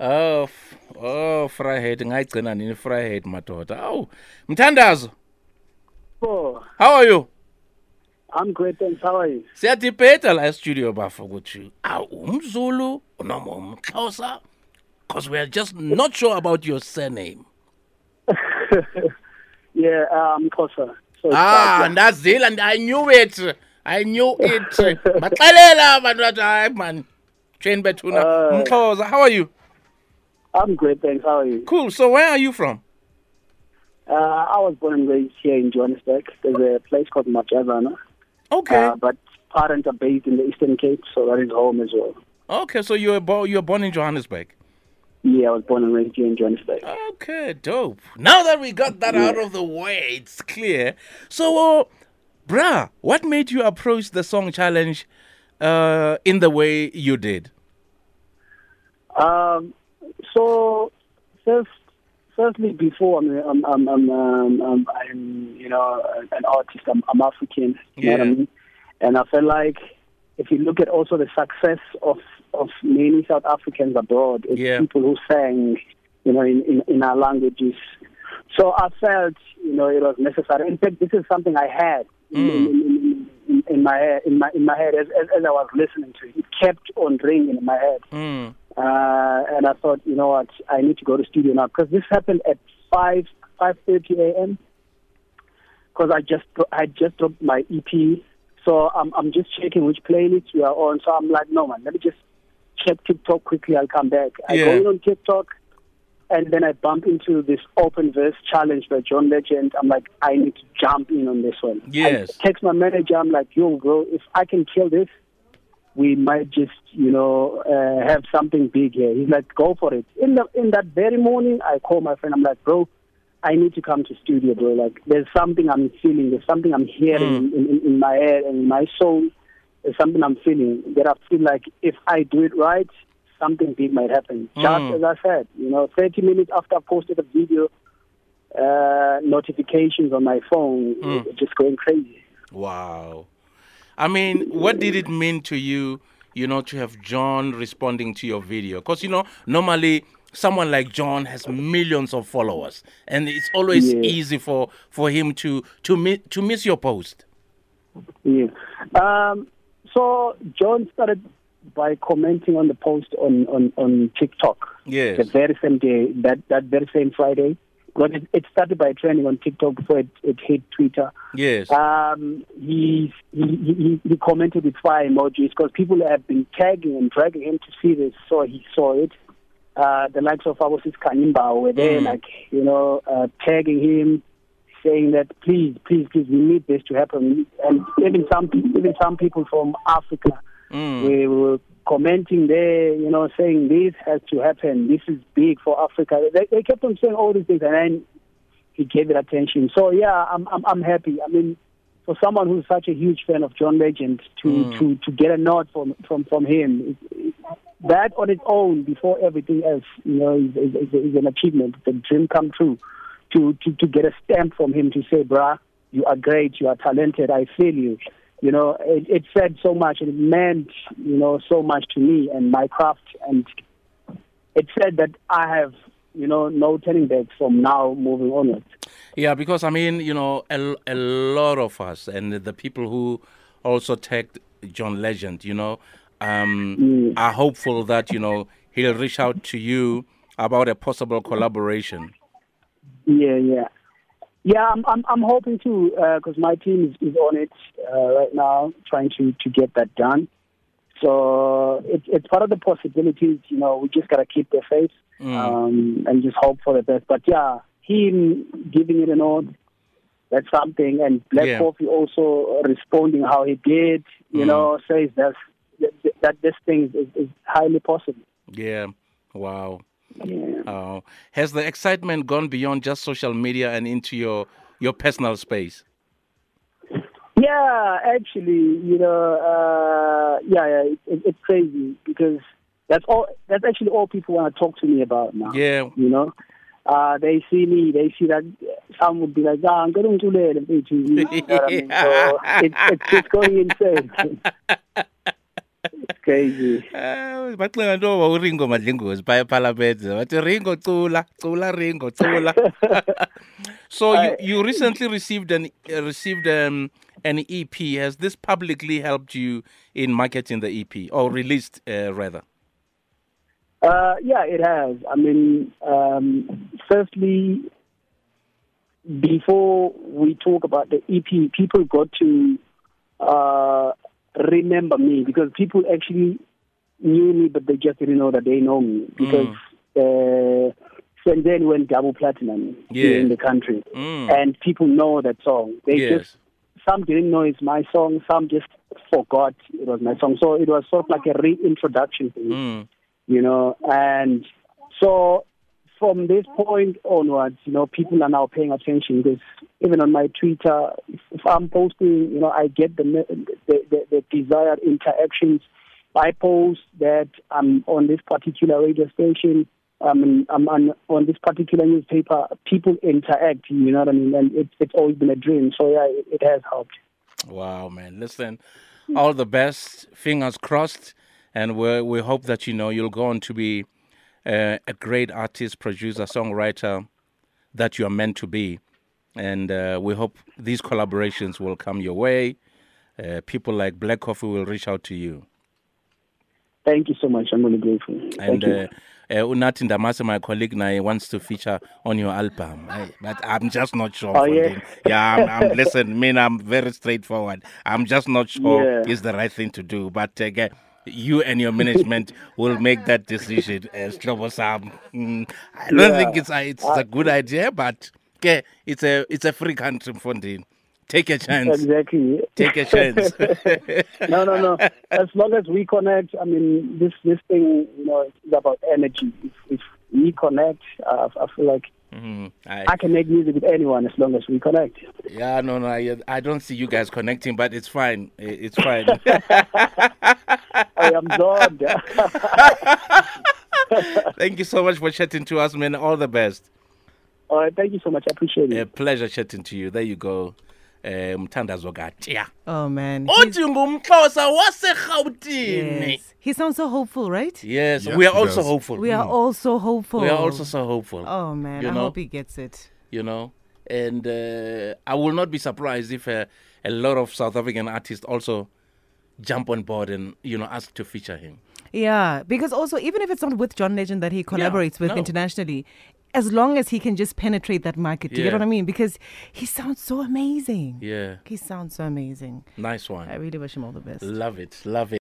oh f- oh fryhead ngayigcina nini fryhead madoda awu mthandazo Oh, how are you I'm great, thanks. How are you? siyadibheyitha la estudio bafo ukuthi awu umzulu noma umxhosa because we are just not sure about your surname yeah, uh, I'm Kosa. So it's ah quite- ndazila and i knew it i knew it baxelela abantu bathi hayi man train bethuna Uh, mxhosa how are you I'm great, thanks. How are you? cool so where are you from Uh, I was born and raised here in Johannesburg. There's a place called Machazana, okay uh, but parents are based in the Eastern Cape, so that is home as well. okay so you were, bo- you were born in johannesburg Yeah, I was born and raised here in Johannesburg. Okay, dope. Now that we got that out of the way, it's clear. So, uh, bruh, what made you approach the song challenge uh, in the way you did? Um, so first, firstly, before I'm, I'm, I'm, I'm, um, I'm, I'm you know, an artist. I'm, I'm African. You know what I Yeah. mean? And I feel like if you look at also the success of of many South Africans abroad, it's Yeah. people who sang, you know, in, in, in our languages. So I felt, you know, it was necessary. In fact, this is something I had Hmm. in, in, in, in, in my head, in my in my head as, as, as I was listening to it. It kept on ringing in my head. Mm. Uh, and I thought, you know what, I need to go to studio now because this happened at five five thirty a.m. Because I just I just dropped my EP, so I'm I'm just checking which playlist we are on. So I'm like, no man, let me just check TikTok quickly. I'll come back. I Yeah. go in on TikTok, and then I bump into this open verse challenge by John Legend. I'm like, I need to jump in on this one. Yes. I text my manager. I'm like, yo, bro, if I can kill this, we might just, you know, uh, have something big here. He's like, go for it. In the in that very morning, I call my friend. I'm like, bro, I need to come to studio, bro. Like, there's something I'm feeling. There's something I'm hearing in, in, in my head and in my soul. There's something I'm feeling that I feel like if I do it right, something big might happen. Just as I said, you know, 30 minutes after I posted a video, uh, notifications on my phone were just going crazy. Wow. I mean, what did it mean to you, you know, to have John responding to your video? Because, you know, normally someone like John has millions of followers and it's always Yeah. easy for, for him to, to, mi- to miss your post. Yeah. Um, so John started by commenting on the post on, on, on TikTok. Yes. The very same day, that, that very same Friday. Because it, it started by trending on TikTok before it, it hit Twitter. Yes. Um, he, he, he, he commented with fire emojis because people have been tagging and dragging him to see this, so he saw it. Uh, the likes of Abosis Kanimba were there, Mm. like, you know, uh, tagging him, saying that, please, please, please, we need this to happen. And even some, even some people from Africa Mm. we were commenting there, you know, saying this has to happen. This is big for Africa. They, they kept on saying all these things, and then he gave it attention. So yeah, I'm I'm, I'm happy. I mean, for someone who's such a huge fan of John Legend, to to, to get a nod from from from him, that on its own, before everything else, you know, is, is, is, is an achievement. It's a dream come true. To, to to get a stamp from him to say, "Bruh, you are great. You are talented. I feel you." You know, it, it said so much. It meant you know so much to me and my craft, and it said that I have you know no turning back from now moving onwards. Yeah, because I mean, you know, a, a lot of us and the people who also tagged John Legend, you know, um, are hopeful that, you know, he'll reach out to you about a possible collaboration. Yeah, yeah, yeah. I'm I'm, I'm hoping to because my team is, is on it uh, right now, trying to to get that done. So it, it's part of the possibilities. You know, we just gotta keep the faith um, and just hope for the best. But yeah, him giving it a nod. That's something, and Black Yeah. Coffee also responding how he did, you know, says that that this thing is, is highly possible. Yeah. Wow. Yeah. Oh. Has the excitement gone beyond just social media and into your, your personal space? Yeah, actually, you know, uh, yeah, yeah, it, it, it's crazy because that's all. That's actually all people want to talk to me about now. Yeah. you know, uh, they see me, they see that some would be like, "Ah, I'm going to let him eat you." you know what I mean? So it, it's just going insane. it's crazy. Eh, baxinga into yoba uringo madlingozi phaya epalamente bathi ringo cula cula ringo cula so you, you recently received an uh, received um, an ep has this publicly helped you in marketing the ep or released uh, rather Uh, yeah, it has. I mean, um, firstly, before we talk about the EP, people got to uh, remember me because people actually knew me, but they just didn't know that they know me because uh, Senden went double platinum here Mm. Yeah. in the country, Mm. and people know that song. They just yes some didn't know it's my song, some just forgot it was my song. So it was sort of like a reintroduction to me mm. you know. And so from this point onwards, you know, people are now paying attention because even on my Twitter, if, if I'm posting, you know, I get the, me- the, the, the desired interactions. I post that I'm on this particular radio station. Um, I'm on, on this particular newspaper. People interact, you know what I mean, and it's it's always been a dream. So yeah, it, it has helped. Wow, man. Listen, all the best. Fingers crossed. And we we hope that, you know, you'll go on to be uh, a great artist, producer, songwriter that you are meant to be. And uh, we hope these collaborations will come your way. Uh, people like Black Coffee will reach out to you. Thank you so much. I'm really grateful. And Thank you. uh, uh, Unati Ndamase, my colleague, now wants to feature on your album. I, but I'm just not sure. Oh, for yeah? him. yeah I'm, I'm, listen, mean, I'm very straightforward. I'm just not sure Yeah. it's the right thing to do. But again, you and your management will make that decision as troublesome. Mm, I don't Yeah. think it's a, it's a good idea, but okay, it's a it's a free country, Fondin. Take a chance. exactly. Take a chance. no, no, no. As long as we connect, I mean, this this thing, you know, is about energy. If, if we connect, uh, I feel like Mm, I- I can make music with anyone as long as we connect. Yeah, no, no, I, I don't see you guys connecting, but it's fine. I- It's fine. I am God. Thank you so much for chatting to us, man. All the best. All right, thank you so much. I appreciate it. A pleasure chatting to you. There you go. Eh, Mthandazo Gatia. Oh man. He's- Uthi ngumXhosa waseRhawutini. yes. He sounds so hopeful, right? Yes, Yeah, we are he also does. hopeful. We are all so hopeful. We are also so hopeful. Oh man, You I know? hope he gets it. you know. And uh, I will not be surprised if uh, a lot of South African artists also jump on board and you know ask to feature him. Yeah, because also even if it's not with John Legend that he collaborates with no. internationally, as long as he can just penetrate that market, do you Yeah. get what I mean? Because he sounds so amazing. Yeah, He sounds so amazing. nice I one. really wish him all the best. Love it. Love it.